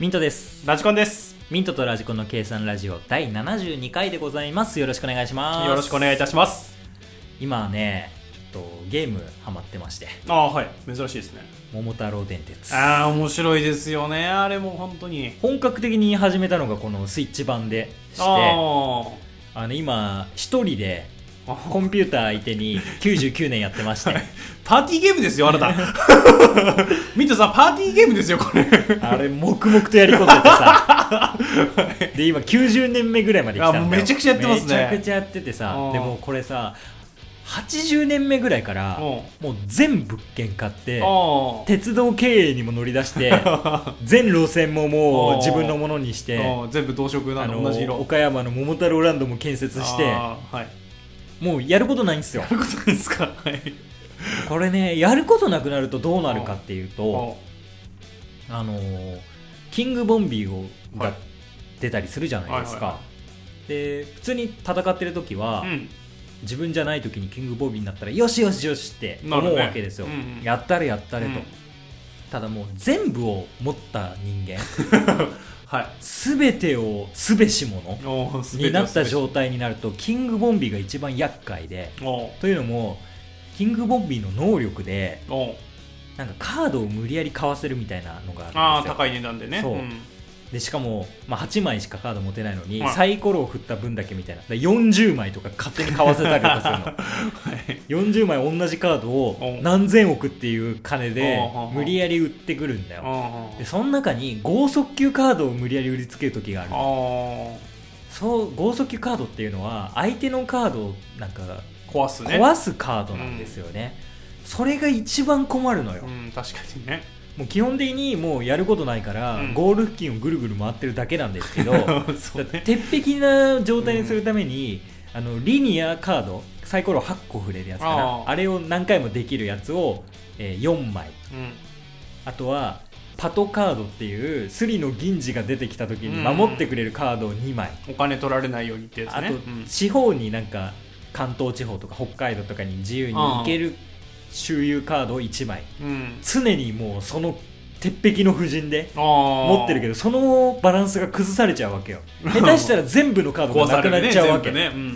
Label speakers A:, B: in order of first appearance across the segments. A: ミントです
B: ラジコンです
A: ミントとラジコンの計算ラジオ第72回でございますよろしくお願いします
B: よろしくお願いいたします
A: 今ねちょっとゲームハマってまして
B: ああはい珍しいですね
A: 桃太郎電鉄
B: ああ面白いですよねあれも本当に
A: 本格的に始めたのがこのスイッチ版でしてあ
B: あ
A: の今一人で
B: あ
A: コンピューター相手に99年やってまして、
B: パーティーゲームですよあな たミントさんパーティーゲームですよ これ
A: あれ黙々とやり込んでてさ で今90年目ぐらいまで来たんだよ
B: あもうめちゃくちゃやってますね
A: めちゃくちゃやっててさ
B: うん
A: でもこれさ80年目ぐらいから
B: うん
A: もう全物件買って
B: あ
A: 鉄道経営にも乗り出して 全路線ももう自分のものにして
B: あ全部同色な
A: あ
B: の
A: の
B: 同じ色
A: 岡山の桃太郎ランドも建設して
B: あーはい
A: もうやることないん ですよ
B: ということですかはい
A: これねやることなくなるとどうなるかっていうと
B: お
A: あのーキングボンビーを
B: は
A: が
B: い
A: 出たりするじゃないですか、
B: はいは
A: で普通に戦ってる時は、
B: うん
A: 自分じゃない時にキングボンビーになったらよしよしよしって
B: なるね
A: 思うわけですよ、
B: うんうん
A: やったれやったれと、
B: うん
A: ただもう全部を持った人間
B: はい
A: 全てをすべし者
B: おー
A: になった
B: 滑
A: 状態になるとキングボンビーが一番厄介で
B: りおー
A: というのもキングボンビーの能力で
B: おー
A: なんかカードを無理やり買わせるみたいなのがあるん
B: ああ
A: ですよ
B: 高い値段でね
A: そうん でしかも、まあ、8枚しかカード持てないのに、
B: はい
A: サイコロを振った分だけみたいなだから40枚とか勝手に買わせたりとか するの40枚同じカードを
B: うん
A: 何千億っていう金で
B: うんうんうん
A: 無理やり売ってくるんだよ
B: あ
A: でその中に剛速球カードを無理やり売りつける時がある
B: ああ
A: そう剛速球カードっていうのは相手のカードをなんか
B: ー壊すね
A: 壊すカードなんですよね、それが一番困るのよ、
B: うん確かにね
A: もう基本的にもうやることないから、
B: うん
A: ゴール付近をぐるぐる回ってるだけなんですけど
B: そうね
A: 鉄壁な状態にするために、あのリニアカードサイコロ8個振れるやつかな
B: あ
A: あ
B: ー
A: れを何回もできるやつを、えー4枚
B: うん
A: あとはパトカードっていうスリの銀次が出てきた時に守ってくれるカードを2枚、
B: お金取られないようにってやつ
A: あ
B: ね
A: と地方になんか関東地方とか北海道とかに自由に行ける周遊カードを1枚
B: うん、うん、
A: 常にもうその鉄壁の布陣で
B: あ持
A: 持ってるけ
B: ど
A: どそのバランスが崩されちゃうわ けよ下手したら全部のカード
B: 壊
A: がな
B: され
A: くな
B: るね
A: っちゃうわけ、
B: 全部ね、うん、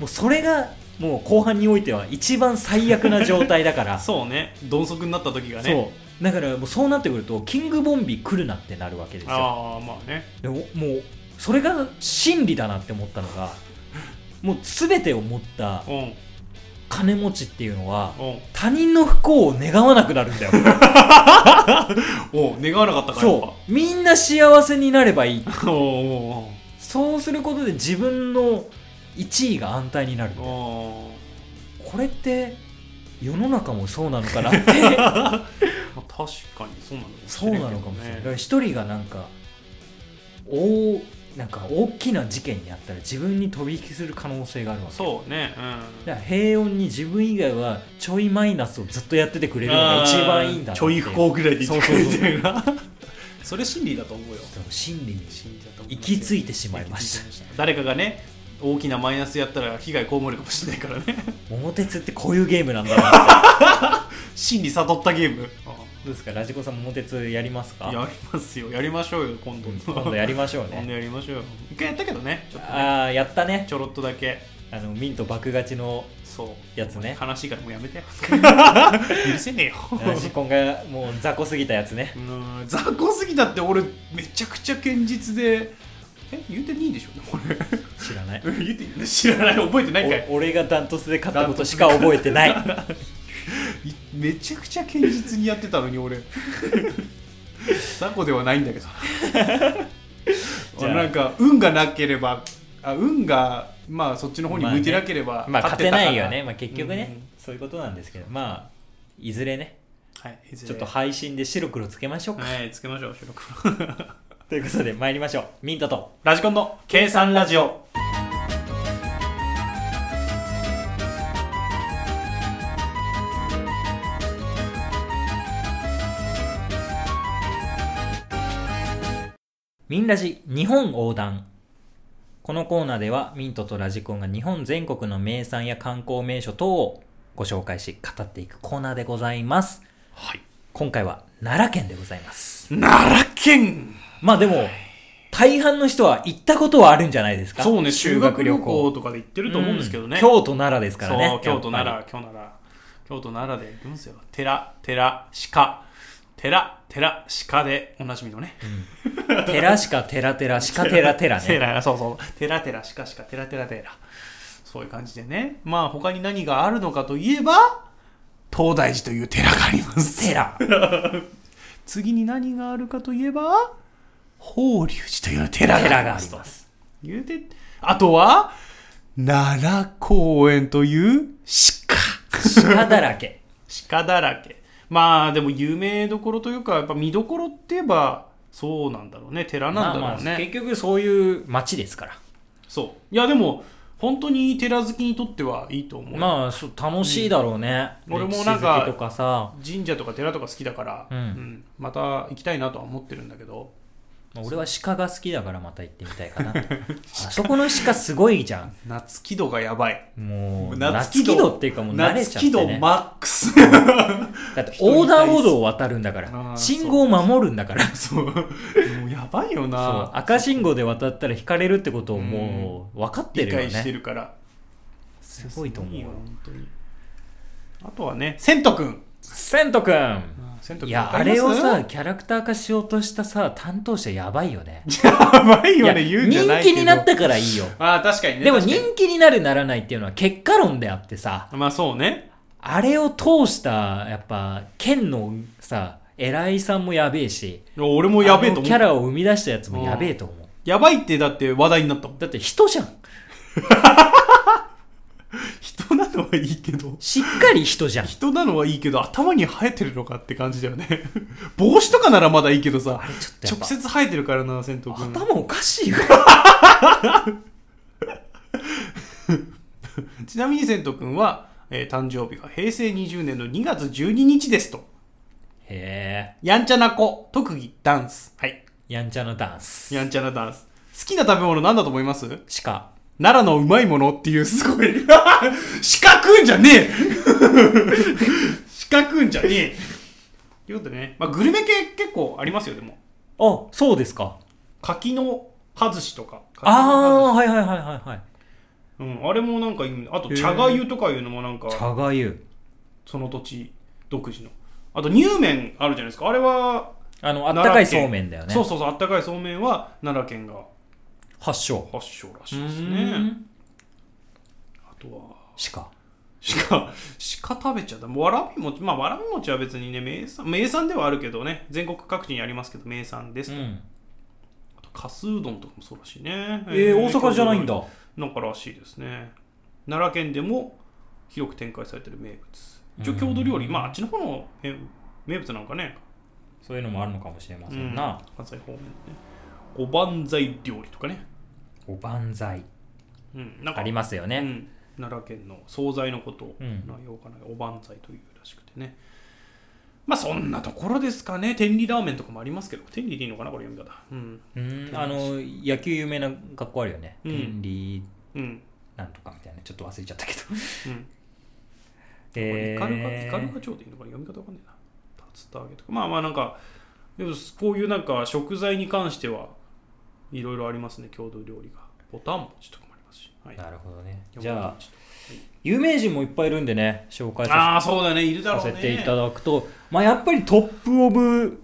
A: もうそれがもう後半においては一番最悪な状態だから
B: そうね鈍足になった時がね
A: そうだからもうそうなってくるとキングボンビー来るなってなるわけですよ
B: ああまあね
A: でももうそれが真理だなって思ったのがもう全てを持った
B: うん
A: 金持ちっていうのは
B: うん
A: 他人の不幸を願わなくなるんだよ
B: おう願わなかったからやっ
A: そうみんな幸せになればいい
B: ぱ おうおう
A: そうすることで自分の1位が安泰になる
B: おう
A: こ
B: お
A: れって世の中もそうなのかなって
B: うまあ確かにそうなのかもし
A: そう
B: れんけ
A: な
B: どね
A: のかもしれないだから一人がなんか大なんか大きな事件にあったら自分に飛び引きする可能性があるわけ
B: そうねう
A: だ
B: ん
A: から平穏に自分以外はちょいマイナスをずっとやっててくれるの
B: あ
A: が
B: ー
A: 一番いいんだなって
B: ちょい不幸ぐらいで
A: そうそうそう
B: いてくれてるな それ真理だと思うよ
A: でも心理に
B: 理だと思
A: 行き着いてしまいました
B: 誰かがね大きなマイナスやったら被害被るかもしれないから ね
A: た桃鉄ってこういうゲームなんだなって
B: 真理悟ったゲーム
A: どうですかラジコさん桃鉄やりますか
B: やりますよやりましょうよ今度
A: うん今度やりましょう
B: 今度
A: ね
B: やりましょうよ一回やったけどねちょっとね
A: ああやったね
B: ちょろっとだけ
A: あのミント爆勝ちの
B: そう
A: やつね
B: 悲しいからもう やめて許せねえよ
A: ラジコンがもう雑魚すぎたやつね
B: うーん雑魚すぎだって俺めちゃくちゃ堅実でえ言うて2位でしょこれ
A: 知らない
B: 言うていいの知らない覚えてないんかい
A: お俺がダントツで勝ったことしか覚えて ない
B: いめちゃくちゃ堅実にやってたのに俺雑魚ではないんだ けど
A: じゃあ
B: なんか運がなければあ運がまあそっちの方に向いてなければ、
A: まあ勝て
B: たか
A: な
B: ら
A: いよね、まあ、結局ね、
B: うん
A: そういうことなんですけどまあいずれね
B: はい、
A: ちょっと配信で白黒つけましょうか、
B: はい、つけましょう、白黒。
A: ということで参りましょうミントと
B: ラジコンの計算ラジオ。
A: ミンラジ日本横断。このコーナーではミントとラジコンが日本全国の名産や観光名所等をご紹介し語っていくコーナーでございます。
B: はい。
A: 今回は奈良県でございます。
B: 奈良県
A: まあでも、大半の人は行ったことはあるんじゃないですか
B: そうね、修学旅行とかで行ってると思うんですけどね。
A: う京都奈良ですからね。
B: そう、京都
A: やっぱり
B: 奈良、京都奈良。京都奈良で行くんですよ。寺、寺、鹿。寺、寺、鹿でおなじみのね。
A: テラシカテラテラシカテラテラ
B: テ
A: ね。
B: ラ、そうそう。寺、寺、鹿、鹿、寺、寺、寺。そういう感じでね。まあ、他に何があるのかといえば、東大寺という寺があります。
A: テラ。
B: 次に何があるかといえば、法隆寺という寺
A: テ
B: が
A: ラ
B: あり
A: があ
B: ま
A: り
B: すと
A: ま。す。
B: 言うて、あとは、奈良公園という 鹿。
A: 鹿だらけ。
B: 鹿だらけ。まあ、でも有名どころというか、やっぱ見どころって言えば、そうなんだろうね。寺なんだろうね。
A: まあまあ結局そういう街ですから。
B: そう。いや、でも、本当に寺好きにとってはいいと思う。
A: まあ、そう楽しいだろうね。
B: うん俺も
A: 歴史
B: なんか
A: 好きとかさ、
B: 神社とか寺とか好きだから、
A: うん
B: んまた行きたいなとは思ってるんだけど、
A: まあ俺は鹿が好きだからまた行ってみたい かな。あそこの鹿すごいじゃ
B: 夏気度がやばい。
A: ん。もう、夏
B: 夏気
A: 気
B: 度
A: 度っていうかもう慣れちゃ
B: 夏
A: って
B: 気度
A: ね。
B: マックス。
A: だって横断歩道を渡るんだか
B: 人に対
A: ら、
B: す
A: 信号を守るんだから。
B: そう。もうやばいよ
A: そう
B: な。
A: 赤信号で渡ったら引かれるってことをもう分かって
B: 理
A: るよ
B: 解して
A: ね。
B: るから。
A: すごいと思う
B: よ本当にあとはね、セントくん。
A: セントくん
B: セントくん
A: いや、あれをさ、、キャラクター化しようとしたさ、担当者やばいよね。
B: やばい
A: い
B: よ
A: や
B: ね、言うんじゃない
A: 人
B: けど。
A: 気になっ。たからいいよ。
B: ああ、確かにね。
A: でも
B: 確かに
A: 人気になるならないっていうのは結果論であってさ、
B: まあそうね。
A: あれを通した、やっぱ、県のさ、偉いさんもやべえし、
B: いや俺もやべえ
A: あ
B: と
A: の
B: 思
A: キャ
B: う。
A: ラを生み出したやつもやべえと思う。
B: やばいってだって話題になったもん。
A: だって人じゃん。
B: 人なのはいいけど。
A: しっかり人 じゃん。
B: 人なのはいいけど、頭に生えてるのかって感じだよね。 帽子とかならまだいいけど
A: ち
B: さ、
A: ょっとやっ
B: 直
A: ぱ、
B: 接生えてるからな、セントくん。
A: 頭おか しいよ。
B: ちなみにセントくんは、えー誕生日が平成20年の2月12日ですと。
A: へえ、
B: やんちゃな子、特技、ダンス。はい。
A: やんちゃなダンス。
B: やんちゃなダンス。好きな食べ物なんだと思います
A: 鹿。
B: 奈良のうまいものっていうすごい。 鹿食うんじゃねえ鹿食うんじゃねえということでね、まあ、グルメ系結構ありますよ、でも。
A: あ、そうですか。
B: 柿の葉寿司とか。柿の葉寿
A: ああー、はいはいはいはいはい。
B: 司うん、あれもなんかいいんだあと、茶がゆとかいうのもなんか、
A: 茶がゆ。
B: その土地独自の。あと、乳麺あるじゃないですか。あれは、
A: あの、あっ
B: 奈良県
A: たかいそうめんだよね。
B: そうそうそう、あったかいそうめんは奈良県が
A: 発祥。
B: 発祥ら
A: う
B: しいです
A: ー
B: ね。
A: ん。
B: あとは、
A: 鹿。
B: 鹿、鹿食べちゃった。わらび餅、まあ、わらび餅は別にね、名産、名産ではあるけどね、全国各地にありますけど、名産です
A: う
B: と。
A: ん。
B: あと、かすうどんとかもそうらしいね。
A: えー、大阪じゃないん。だ。
B: なんからしいですね。奈良県でも広く展開されてる名物。一応、
A: うん
B: 郷土料理、まあ、あっちの方のえ名物なんかね。
A: そういうのもあるのかもしれま
B: う
A: せ
B: ん
A: んな。
B: 関西方面でね。おばんざい料理とかね。
A: おばんざい。
B: うん、なんか
A: ありますよ
B: う
A: ね。
B: ん、奈良県の惣菜のこと
A: うん
B: のようかな、おばんざいというらしくてねまあそんなところですかね天理ラーメンとかもありますけど天理でいいのかなこれ読み方うん
A: うん。あの、野球有名な学校あるよね。
B: うん
A: 天理
B: うん
A: なんとかみたいな。ちょっと忘れちゃったけど。
B: うん
A: え
B: イカルカイカルカ
A: ー、
B: 町でいいのかな読み方わかんねえな竜田揚げとかまあまあなんかでもこういうなんか食材に関してはいろいろありますね郷土料理がボタン餅とかもありますし、はい、
A: なるほどね。じゃあ
B: 山、餅とか
A: 有名人もいっぱいいるんでね、紹介させて
B: ああそうだねいるだ
A: さ
B: ろう
A: せ
B: ね
A: ていただくと、まあ、やっぱりトップオブ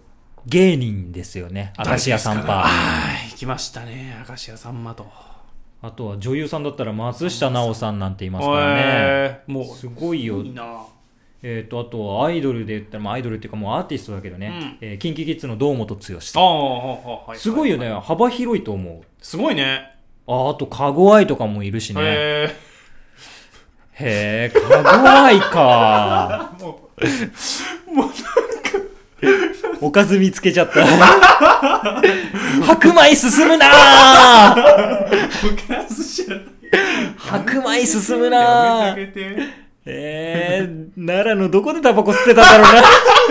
A: 芸人ですよね。明石家さん
B: あ
A: ぱ。
B: あ行きましたね明石家さんまと
A: あとは女優さんだったら松下奈緒さんなんていますからね。
B: へえもう
A: すごいよ
B: いいな
A: えっ、と、あとはアイドルで言ったら、まあ、アイドルっていうかもうアーティストだけどね。えー、キンキキッズの堂本剛
B: あ
A: さん。
B: あは
A: すごいよ
B: ね
A: ね。幅広いと思う。
B: すごいね
A: あ、あと、かごあいとかもいるしね。
B: へえ
A: へえ、かごあいか。
B: も
A: おかず見つけちゃ った。白米進むな ー
B: う僕ら寿司じ ゃない
A: 白米進むなー
B: やめてあげて
A: えー、奈良のどこでタバコ吸ってたんだろ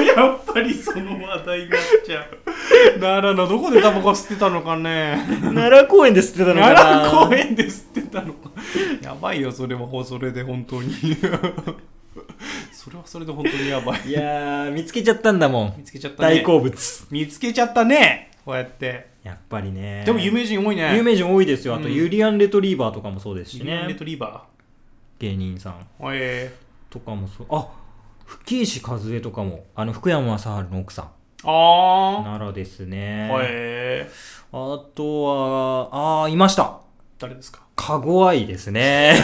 A: うな。
B: やっぱりその話題になっちゃう奈良のどこでタバコ吸ってたのかね
A: 奈良公園で吸ってたのかな。
B: 奈良公園で吸ってたのか やばいよそれはそれで本当に それはそれで本当にやばい
A: いやー、見つけちゃったんだもん。
B: 見つけちゃったね
A: 大好物。
B: 見つけちゃったねこうやって
A: やっぱりね
B: でも有名人多いね
A: 有名人多いですよあと、
B: うん
A: ユリアン・レトリーバーとかもそうですし
B: ユリアンレ
A: ね
B: トリーバ
A: 芸人さん
B: ーえ
A: とかもそうあ吹石和恵とかもあの福山雅治の奥さん
B: ー、あ
A: ならですね、
B: あえー、
A: あとはああいました
B: 誰ですか
A: かごあいですね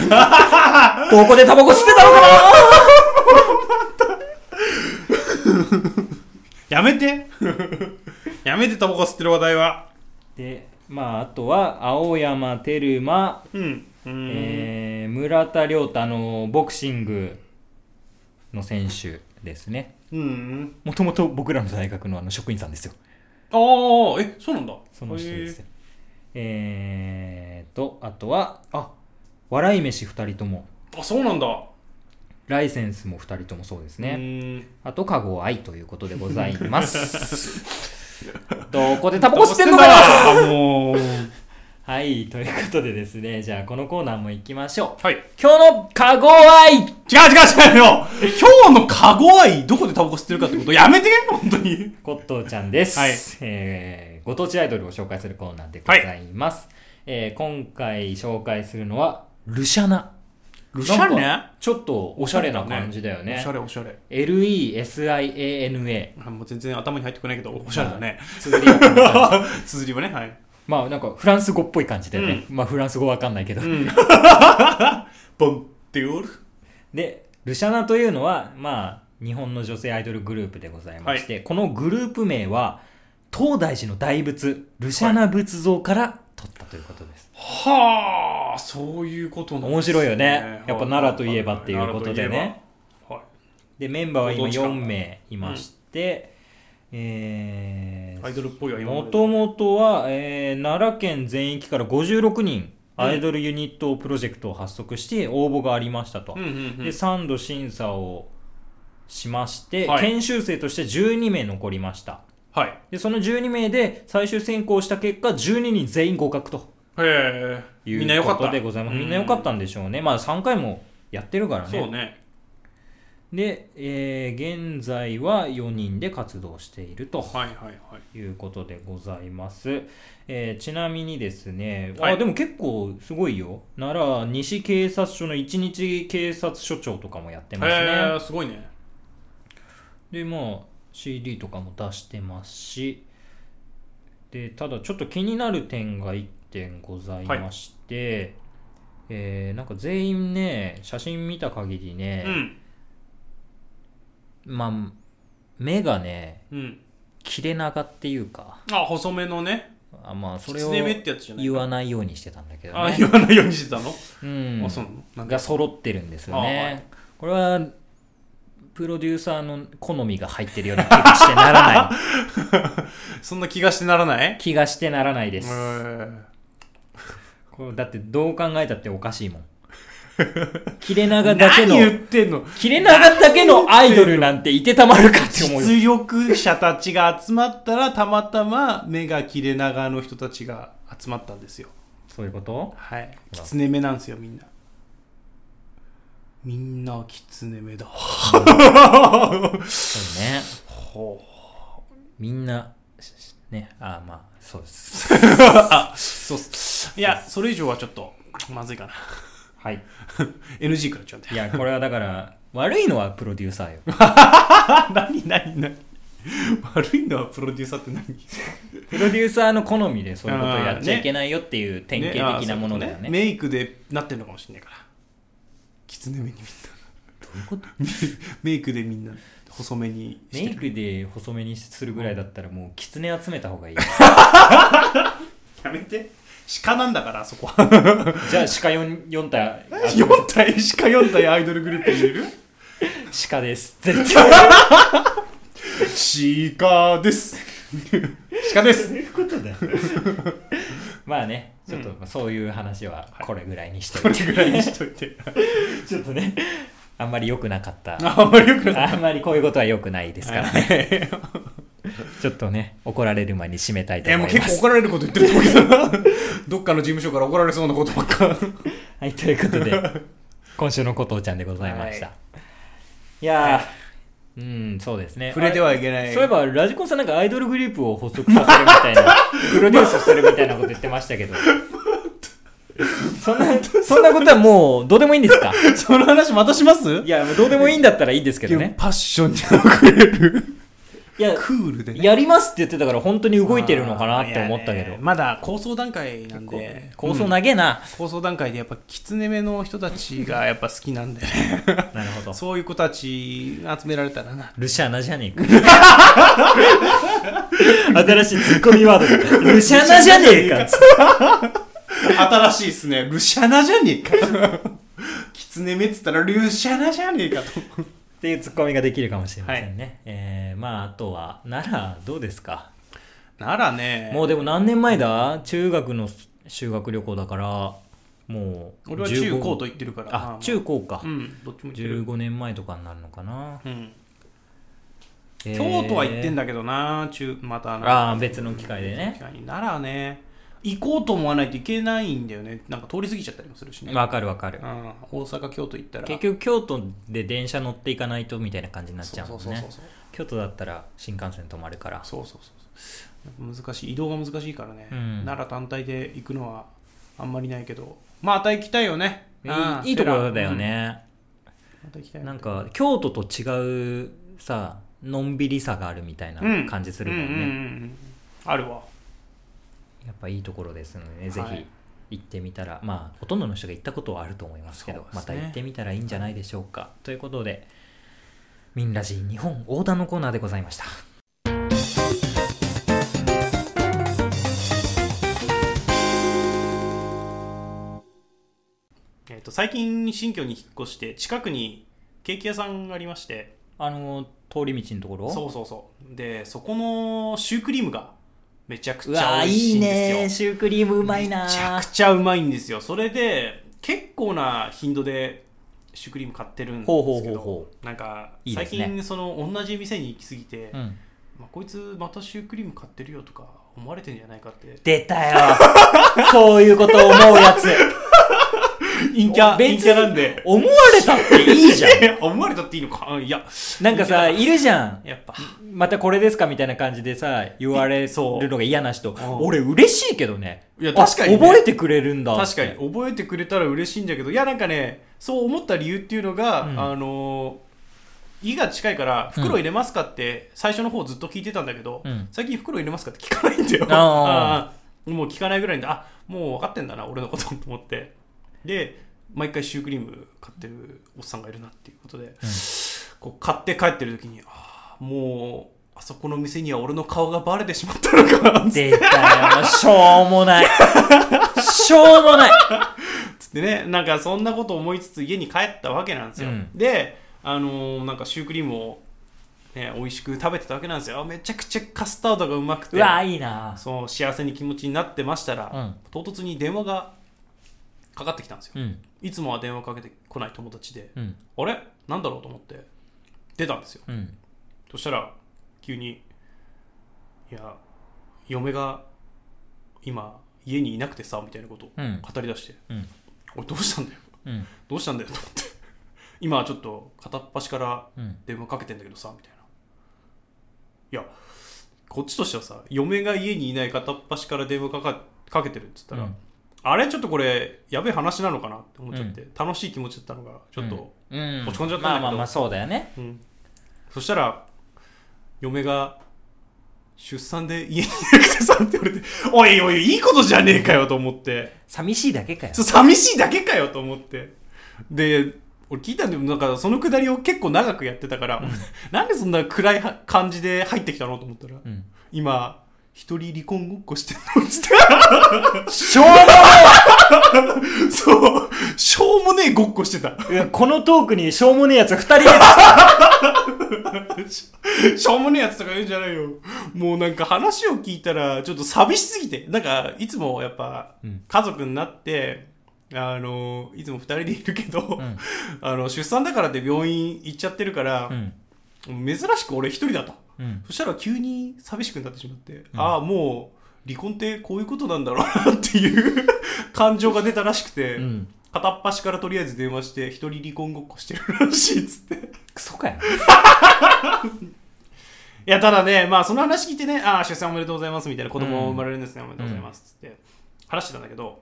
A: ここでタバコ吸ってたのかな
B: やめ てやめてタバコ吸ってる話題は
A: でまああとは青山テルマ、
B: うんうん、
A: えー村田亮太あのボクシングの選手ですね
B: うん
A: もともと僕らの大学のあの職員さんですよ
B: ああえそうなんだ
A: その人ですよえーとあとはあ笑い飯2人とも
B: へーあそうなんだ
A: ライセンスも2人ともそうですね、
B: ね
A: あと、カゴ愛ということでございます。 どこでタバコ吸ってんのかな
B: もう
A: はい、ということでですね、じゃあこのコーナーも行きましょう。
B: はい違う
A: 今日のカゴ愛
B: 違う違うよ今日のカゴ愛どこでタバコ吸ってるかってことやめて本当に
A: コットーちゃんです。
B: はい
A: えーご当地アイドルを紹介するコーナーでございます。えー今回紹介するのは、ルシャナ。
B: ルシャナ
A: なんかちょっとおしゃれな感じだよ
B: お
A: ね
B: しゃ。れおしゃれ
A: LESIANA。
B: あもう全然頭に入ってこないけどおしゃれだね
A: 綴りはこんな感じ
B: 綴りはねはい
A: まあなんかフランス語っぽい感じだよね。まあフランス語わかんないけど。
B: ボンテュール
A: で、ルシャナというのは、まあ、日本の女性アイドルグループでございまして、このグループ名は、東大寺の大仏、ルシャナ仏像から取ったということです。
B: はあそういうことなんですね
A: 面白いよねやっぱ奈良といえばっていうことでね
B: はい
A: で、メンバーは今
B: ご存知か
A: 4名いまして、え
B: アイドルっぽいは
A: ー、
B: 今
A: も
B: まで
A: ともとは、えー奈良県全域から56人、アイドルユニットプロジェクトを発足して応募がありましたと。
B: うんうんう
A: で
B: ん
A: 3度審査をしまして、
B: はい
A: 研修生として12名残りました
B: はい
A: でその12名で最終選考した結果12人全員合格と
B: へえ
A: いう
B: みんなよかっ
A: こ
B: た
A: とでございますみんな良かったんでしょうね、まあ3回もやってるから
B: そう
A: ね
B: ね
A: で、えー現在は4人で活動していると
B: はいはいはい
A: いうことでございます、えーちなみにですね、
B: は
A: あ
B: い
A: でも結構すごいよ奈良西警察署の一日警察署長とかもやってますね
B: へえすごいね
A: でまあ CD とかも出してますしでただちょっと気になる点が1点ございまして、えーなんか全員ね写真見た限り
B: う
A: ね、
B: ん
A: まあ目がね
B: うん
A: 切れ長っていうか
B: あ細めのね
A: あまあそれを
B: 狐目ってやつじゃない
A: 言わないようにしてたんだけど
B: あ
A: ね
B: 言わないようにしてたの
A: うん
B: あそうなのなんで
A: が揃ってるんですよ
B: あは
A: ねこれはプロデューサーの好みが入ってるような気がしてならない
B: そんな気がしてならない
A: 気がしてならないです、
B: へ
A: これだってどう考えたっておかしい もん切れ長
B: え
A: だけ
B: 何
A: の
B: 言ってんの
A: 切れ長だけのアイドルなんていてたまるかって思うよ
B: 実力者たちが集まったらたまたま目が切れ長の人たちが集まったんですよ
A: そういうこと
B: はい狐目なんですよみんなみんな狐目だ
A: そうね
B: ほ
A: みんなししねああまあそうです
B: あそうっす いやそれ以上はちょっとまずいかな
A: はい
B: NG 食らっちゃうんで
A: いやこれはだから悪いのはプロデューサーよ
B: 何何何悪いのはプロデューサーって何
A: プロデューサーの好みでそういうことをやっちゃいけないよっていう典型的なものだよね
B: ねメイクでなってるのかもしれないから狐目にみんな
A: どういうこと
B: メイクでみんな細めに
A: メイクで細めにするぐらいだったらもう狐集めた方がいい
B: やめて鹿なんだからそこは
A: じゃあ鹿 4, 4体
B: 4体鹿4体アイドルグループ入れる
A: 鹿です絶対
B: 鹿です鹿です
A: いうことだ まあねちょっとまあそういう話はこれぐらいにしといて、
B: ぐらいにしといて
A: ちょっとねあんまり良くなかった
B: あんまりよくない
A: あんまりこういうことは良くないです からねちょっとね怒られる前に締めたいと
B: え
A: 思
B: もう
A: い
B: 結
A: ます
B: 構怒られること言ってると思うけどなどっかの事務所から怒られそうなことばっか
A: はいということで今週のことうちゃんでございました、、
B: はい
A: やー、うん、そうですね。
C: 触れてはいけな
A: あ
C: い。
A: そういえば、ラジコンさんなんかアイドルグループを発足させるみたいな、プロデュースするみたいなこと言ってましたけど。そんな、そんなことはもう、どうでもいいんですか
C: その話またします
A: いや、もうどうでもいいんだったらいいんですけどね。
C: パッションに溢れる。
A: いや、
C: クールでね。
A: やりますって言ってたから本当に動いてるのかなって思ったけ
B: いや
A: ど
B: ね。まだ構想段階なんで
A: 構想長えな。
B: 構想段階でやっぱきつねめの人たちがやっぱ好きなんで
A: なるほど。
B: そういう子たち集められたらな
A: ルシャナじゃねえか。新しいツッコミワード。ルシャナじゃねえかっつって。
B: 新しいっすねルシャナじゃねえか きつねめっつったらルシャナじゃねえかと
A: っていうツッコミができるかもしれませんね。えー、まあ、あとは、奈良どうですか
B: ならね
A: もうでも何年前だ中学の修学旅行だから、もう15。
B: 俺は中高と言ってるから
A: あ、中高か
B: う。んどっちも言ってる、
A: 15年前とかになるのかな。
B: うん、
A: えー
B: 京都は行ってんだけどな中またな
A: ああ、別の機会でね。
B: 確かにならね行こうと思わないといけないんだよねなんか通り過ぎちゃったりもするしね、
A: わかるわかる
B: う。ん、大阪京都行ったら
A: 結局京都で電車乗っていかないとみたいな感じになっちゃうもん
B: そうそう
A: ね
B: そうそう
A: 京都だったら新幹線止まるから
B: そうそうそうそう難しい移動が難しいからね、
A: うん
B: 奈良単体で行くのはあんまりないけどまあまた行きたいよねうん
A: いいいいところだよね、
B: うんまた行きたい
A: なんか京都と違うさのんびりさがあるみたいな感じするもんね、
B: うううんうんあるわ
A: やっぱいいところですので、ねぜ
B: はい
A: ひ行ってみたらまあほとんどの人が行ったことはあると思いますけど
B: そうですね
A: また行ってみたらいいんじゃないでしょうかということで「ミンラジ日本横断」のコーナーでございました
B: えっと最近新居に引っ越して近くにケーキ屋さんがありまして
A: あの通り道のところ
B: そうそうそうでそこのシュークリームがめちゃく
A: う
B: ち
A: わ
B: ゃ
A: ー
B: 美味し
A: い
B: い
A: い
B: んですよ
A: ねシュークリームうまいな
B: めちゃくちゃうまいんですよそれで結構な頻度でシュークリーム買ってるんですけど
A: ほうほうほうほ
B: なんか
A: いいで
B: 最
A: すね
B: 近その同じ店に行き過ぎて、
A: うん
B: まあ、こいつまたシュークリーム買ってるよとか思われてんじゃない かって
A: 出たよそういうこと思う やつ
B: 陰
A: キャ
B: 陰キャなん
A: 別
B: で
A: に思われたっていいじゃん
B: え 思われたっていいのかうんいや
A: なんかさいるじゃん
B: やっぱ
A: またこれですかみたいな感じでさ言われるのが嫌な人
B: ん
A: 俺嬉しいけどね
B: いや
A: あ
B: 確かにね
A: 覚えてくれるんだ
B: 確かに覚えてくれたら嬉しいんだけどいやなんかねそう思った理由っていうのが、
A: うん
B: あのー家が近いから袋入れますかって最初の方ずっと聞いてたんだけど、
A: うん
B: 最近袋入れますかって聞かないんだよ
A: あ
B: あーもう聞かないぐらいであもう分かってんだな俺のことと思ってで毎回シュークリーム買ってるおっさんがいるなっていうことで、こう買って帰ってる時にああもうあそこの店には俺の顔がバレてしまったのか
A: 出たよしょうも ないしょうもない
B: つってねなんかそんなこと思いつつ家に帰ったわけなんですよ、
A: うん
B: であのーなんかシュークリームを、ね、美味しく食べてたわけなんですよめちゃくちゃカスタードがうまく
A: う
B: て
A: わいいな
B: そう幸せに気持ちになってましたら、
A: うん
B: 唐突に電話がかかってきたんですよ、
A: うん
B: いつもは電話かけてこない友達で、
A: うん
B: あれなんだろうと思って出たんですよ
A: うん
B: そしたら急に「いや嫁が今家にいなくてさ」みたいなことを
A: うん
B: 語り出して
A: うん
B: 「俺どうしたんだよ
A: うん
B: どうしたんだよ」と思って 「今ちょっと片っ端から
A: うん
B: 電話かけてんだけどさ」みたいな「いやこっちとしてはさ嫁が家にいない片っ端から電話かかかけてる」っつったら、
A: うん
B: あれちょっとこれやべえ話なのかなって思っちゃって、楽しい気持ちだったのがちょっと、
A: うん
B: 落ち込んじゃったんだけど
A: まあまあまあそうだよね
B: うん、そしたら嫁が出産で家にいなくてさって言われておいおいいいことじゃねえかよと思って
A: 寂しいだけ かよ
B: そう寂しいだけかよと思ってで俺聞いたんだよなんかそのくだりを結構長くやってたから、 なんでそんな暗いは感じで入ってきたのと思ったら、
A: ん
B: 今一人離婚ごっこしてるのっつって
A: しょうもな
B: そうしょうもねえごっこしてた
A: いこのトークにしょうもねえやつ2人出て きた
B: しょしょうもねえやつとか言うんじゃないよ。もうなんか話を聞いたら、ちょっと寂しすぎて。なんか、いつもやっぱ
A: うん、
B: 家族になって、あの、いつも二人でいるけど、
A: ん
B: あの、出産だからって病院行っちゃってるから、
A: うん
B: 珍しく俺一人だと。
A: うん
B: そしたら急に寂しくなってしまって、ああ、 もう、離婚ってこういうことなんだろうなっていう感情が出たらしくて、
A: うん
B: 片っ端からとりあえず電話して、一人離婚ごっこしてるらしいっつって。い
A: クソかよ。
B: や、ただね、まあその話聞いてね、ああ、出産おめでとうございますみたいな子供生まれるんですね、おめでとうございますっつって話してたんだけど、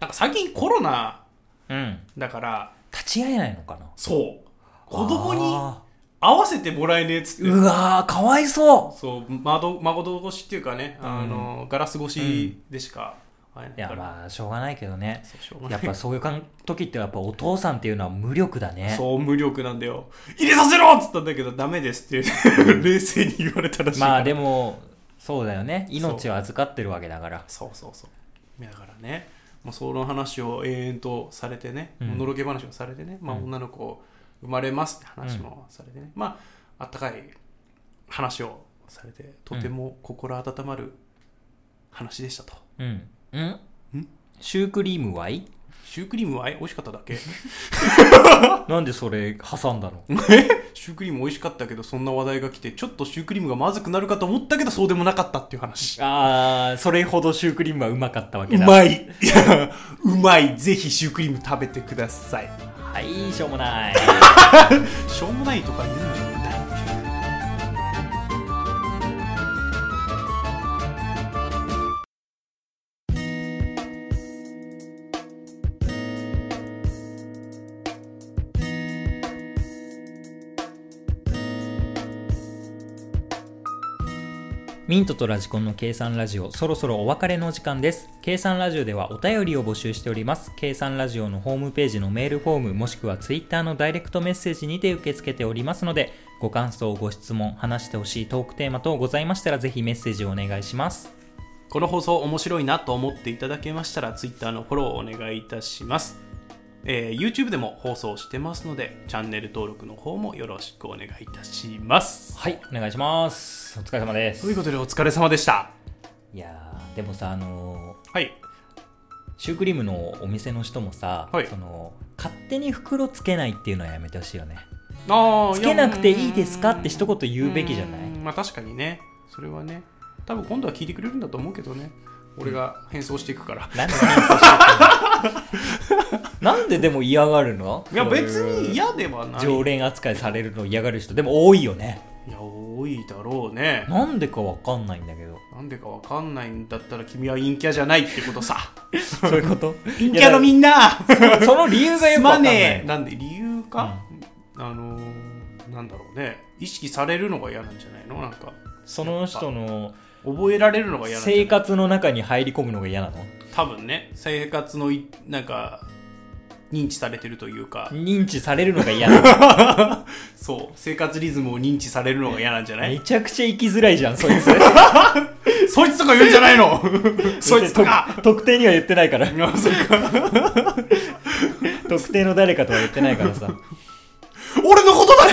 B: なんか最近コロナ
A: うん。
B: だから、
A: 立ち会えないのかな
B: そう、子供に
A: あ
B: 会わせてもらえねえっつって
A: ー。うわー、かわいそ
B: そう窓窓越しっていうかね、あのガラス越しでしか会
A: う
B: え
A: い
B: ない
A: や、
B: から、
A: まあ、しょうがないけどね。
B: そうしょうがな
A: や
B: い
A: っぱそういうかん時ってやっぱお父さんっていうのは無力だね。
B: そう無力なんだよ入れさせろっつったんだけどダメですって 冷静に言われたらしいから
A: まあでも、そうだよね。命を預かってるわけだから。
B: そうそうそうだからねもうその話を延々とされてね、
A: うん
B: もうのろけ話をされてね、まあ、
A: うん
B: 女の子生まれますって話もされてね、まああったかい話をされてとても心温まる話でしたと、
A: うん。うんシュークリームはい
B: シュークリームは美味しかっただ け
A: なんでそれ挟んだの
B: シュークリーム美味しかったけどそんな話題が来てちょっとシュークリームがまずくなるかと思ったけどそうでもなかったっていう話
A: ああ、それほどシュークリームはうまかったわけ
B: う
A: だ。
B: まいうまいぜひシュークリーム食べてください
A: はい、しょうもない。
B: しょうもないとか言うんじゃない
A: ミントとラジコンの計算ラジオ、そろそろお別れの時間です。計算ラジオではお便りを募集しております。計算ラジオのホームページのメールフォーム、もしくはツイッターのダイレクトメッセージにて受け付けておりますので、ご感想、ご質問、話してほしいトークテーマ等ございましたら、ぜひメッセージをお願いします。
B: この放送面白いなと思っていただけましたら Twitter のフォローをお願いいたします、えー YouTube でも放送してますのでチャンネル登録の方もよろしくお願いいたします
A: はい、お願いします。お疲れ様で
B: と
A: す。
B: いうことでお疲れ様でした
A: いやー、でもさ、あのー
B: はい
A: シュークリームのお店の人もさ、
B: はい
A: その勝手に袋つけないっていうのはやめてほしいよね
B: あ
A: つけなくていいですかって一言言うべきじゃない
B: まあ確かにねそれはね多分今度は聞いてくれるんだと思うけどね俺が変装していくから、
A: なんで変装してくの なんででも嫌がるの
B: いや
A: そうう
B: 別に嫌ではない
A: 常連扱いされるの嫌がる人でも多いよね
B: いや多いだろうね
A: なんでかわかんないんだけど
B: なんでかわかんないんだったら君は陰キャじゃないってことさ
A: そう いうこと
B: 陰キャのみんな
A: その理由がよ
B: す
A: くわ
B: ま
A: かんない
B: ねえなんで理由か、あのーなんだろうね意識されるのが嫌なんじゃないのなんか
A: その人の
B: 覚えられるのが嫌なんじゃない
A: 生活の中に入り込むのが嫌なの
B: 多分ね生活のいなんか認知されてるというか
A: 認知されるのが嫌 な
B: そう生活リズムを認知されるのが嫌なんじゃな
A: のめ
B: い
A: ちゃくちゃ生きづらいじゃんそいつ
B: そいつとか言うんじゃな いの そいつとか
A: 特特定には言ってない から
B: あそっか
A: 特定の誰かとは言ってないからさ
B: 俺のことだよ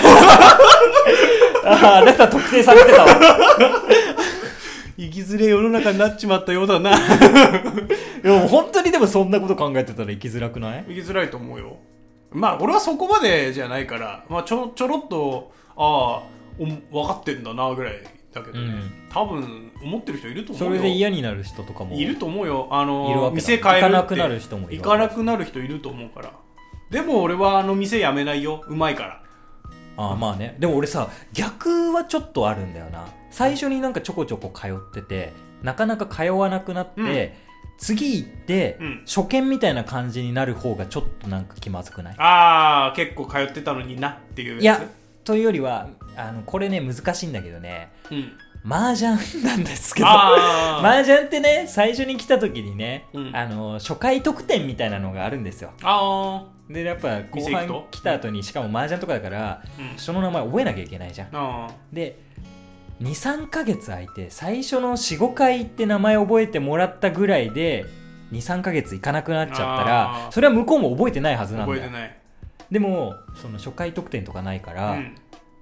A: あああなた特定されてたわ
B: 生きづれえ世の中になっちまったようだな
A: でも本当にでもそんなこと考えてたら生きづらくない
B: 生きづらいと思うよまあ俺はそこまでじゃないから、まあ、ちょちょろっとああお分かってんだなぐらいだけどね、
A: うん
B: 多分思ってる人いると思う
A: そ
B: よ
A: れで嫌になる人とかも
B: いると思うよ。あ
A: いるわけだ
B: の、店変えるっ
A: 行
B: て。
A: かなくなる人もいる
B: 行かなくなる人いると思うから。でも俺はあの店やめないよ。うまいから。
A: ああまあねでも俺さ逆はちょっとあるんだよな最初になんかちょこちょこ通っててなかなか通わなくなって、
B: うん
A: 次行って、
B: うん
A: 初見みたいな感じになる方がちょっとなんか気まずくない
B: ああ、結構通ってたのになっていうつ。
A: いやというよりはあのこれね難しいんだけどね
B: うん。
A: 麻雀なんですけど
B: ああ。
A: 麻雀ってね最初に来た時にね、
B: うん
A: あの初回特典みたいなのがあるんですよ
B: あ
A: でやっぱ後
B: 店行くと
A: 半来た後にしかも麻雀とかだから
B: ーうん。
A: 人の名前覚えなきゃいけないじゃん
B: あ
A: で23ヶ月空いて最初の45回行って名前覚えてもらったぐらいで23ヶ月行かなくなっちゃった
B: あ
A: ら
B: ー
A: それは向こうも覚えてないはず
B: ー
A: なん
B: 覚え
A: だ
B: て
A: よ
B: ない。
A: でもその初回特典とかないか
B: う
A: ら、
B: ん。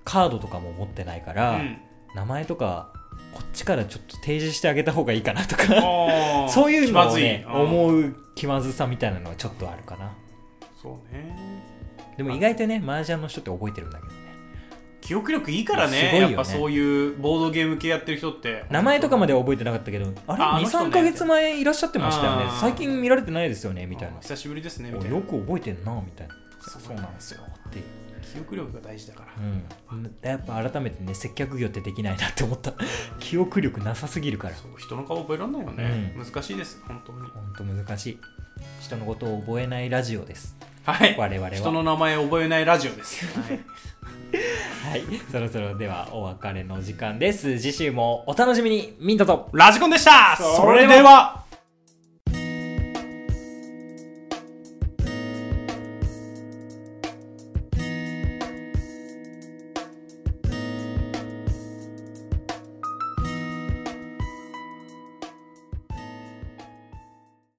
A: カードとかも持ってないか
B: う
A: ら、
B: ん。
A: 名前とかこっちからちょっと提示してあげた方がいいかなとか
B: あー
A: そういうのをね、
B: 気まずいうん
A: 思う気まずさみたいなのはちょっとあるかな。
B: そうね。
A: でも意外とね、麻雀の人って覚えてるんだけどね。
B: 記憶力いいから
A: すご
B: ね
A: いよ
B: や
A: ね
B: っぱそういうボードゲーム系やってる人って
A: 名前とかまでは覚えてなかったけどあれ
B: ああの人ね
A: 23か月前いらっしゃってましたよね
B: あー
A: 最近見られてないですよねみ
B: み
A: た
B: た
A: い
B: い
A: な
B: な久しぶりですねみ
A: お
B: たい
A: よ
B: な
A: く覚えてんなみたいな
B: そう
A: そうなんですよって
B: 記憶力が大事だから
A: うん、やっぱ改めてね接客業ってできないなって思った 記憶力なさすぎるから
B: そう人の顔覚えられないよね、
A: う
B: 難しいです本当に
A: ほんと難しい人のことを覚えないラジオです
B: はい
A: 我々は
B: 人の名前覚えないラジオです、はい
A: はいそろそろではお別れの時間です次週もお楽しみにミントと
B: ラジコンでした
A: そ
B: そ
A: れ
B: れ
A: では
B: では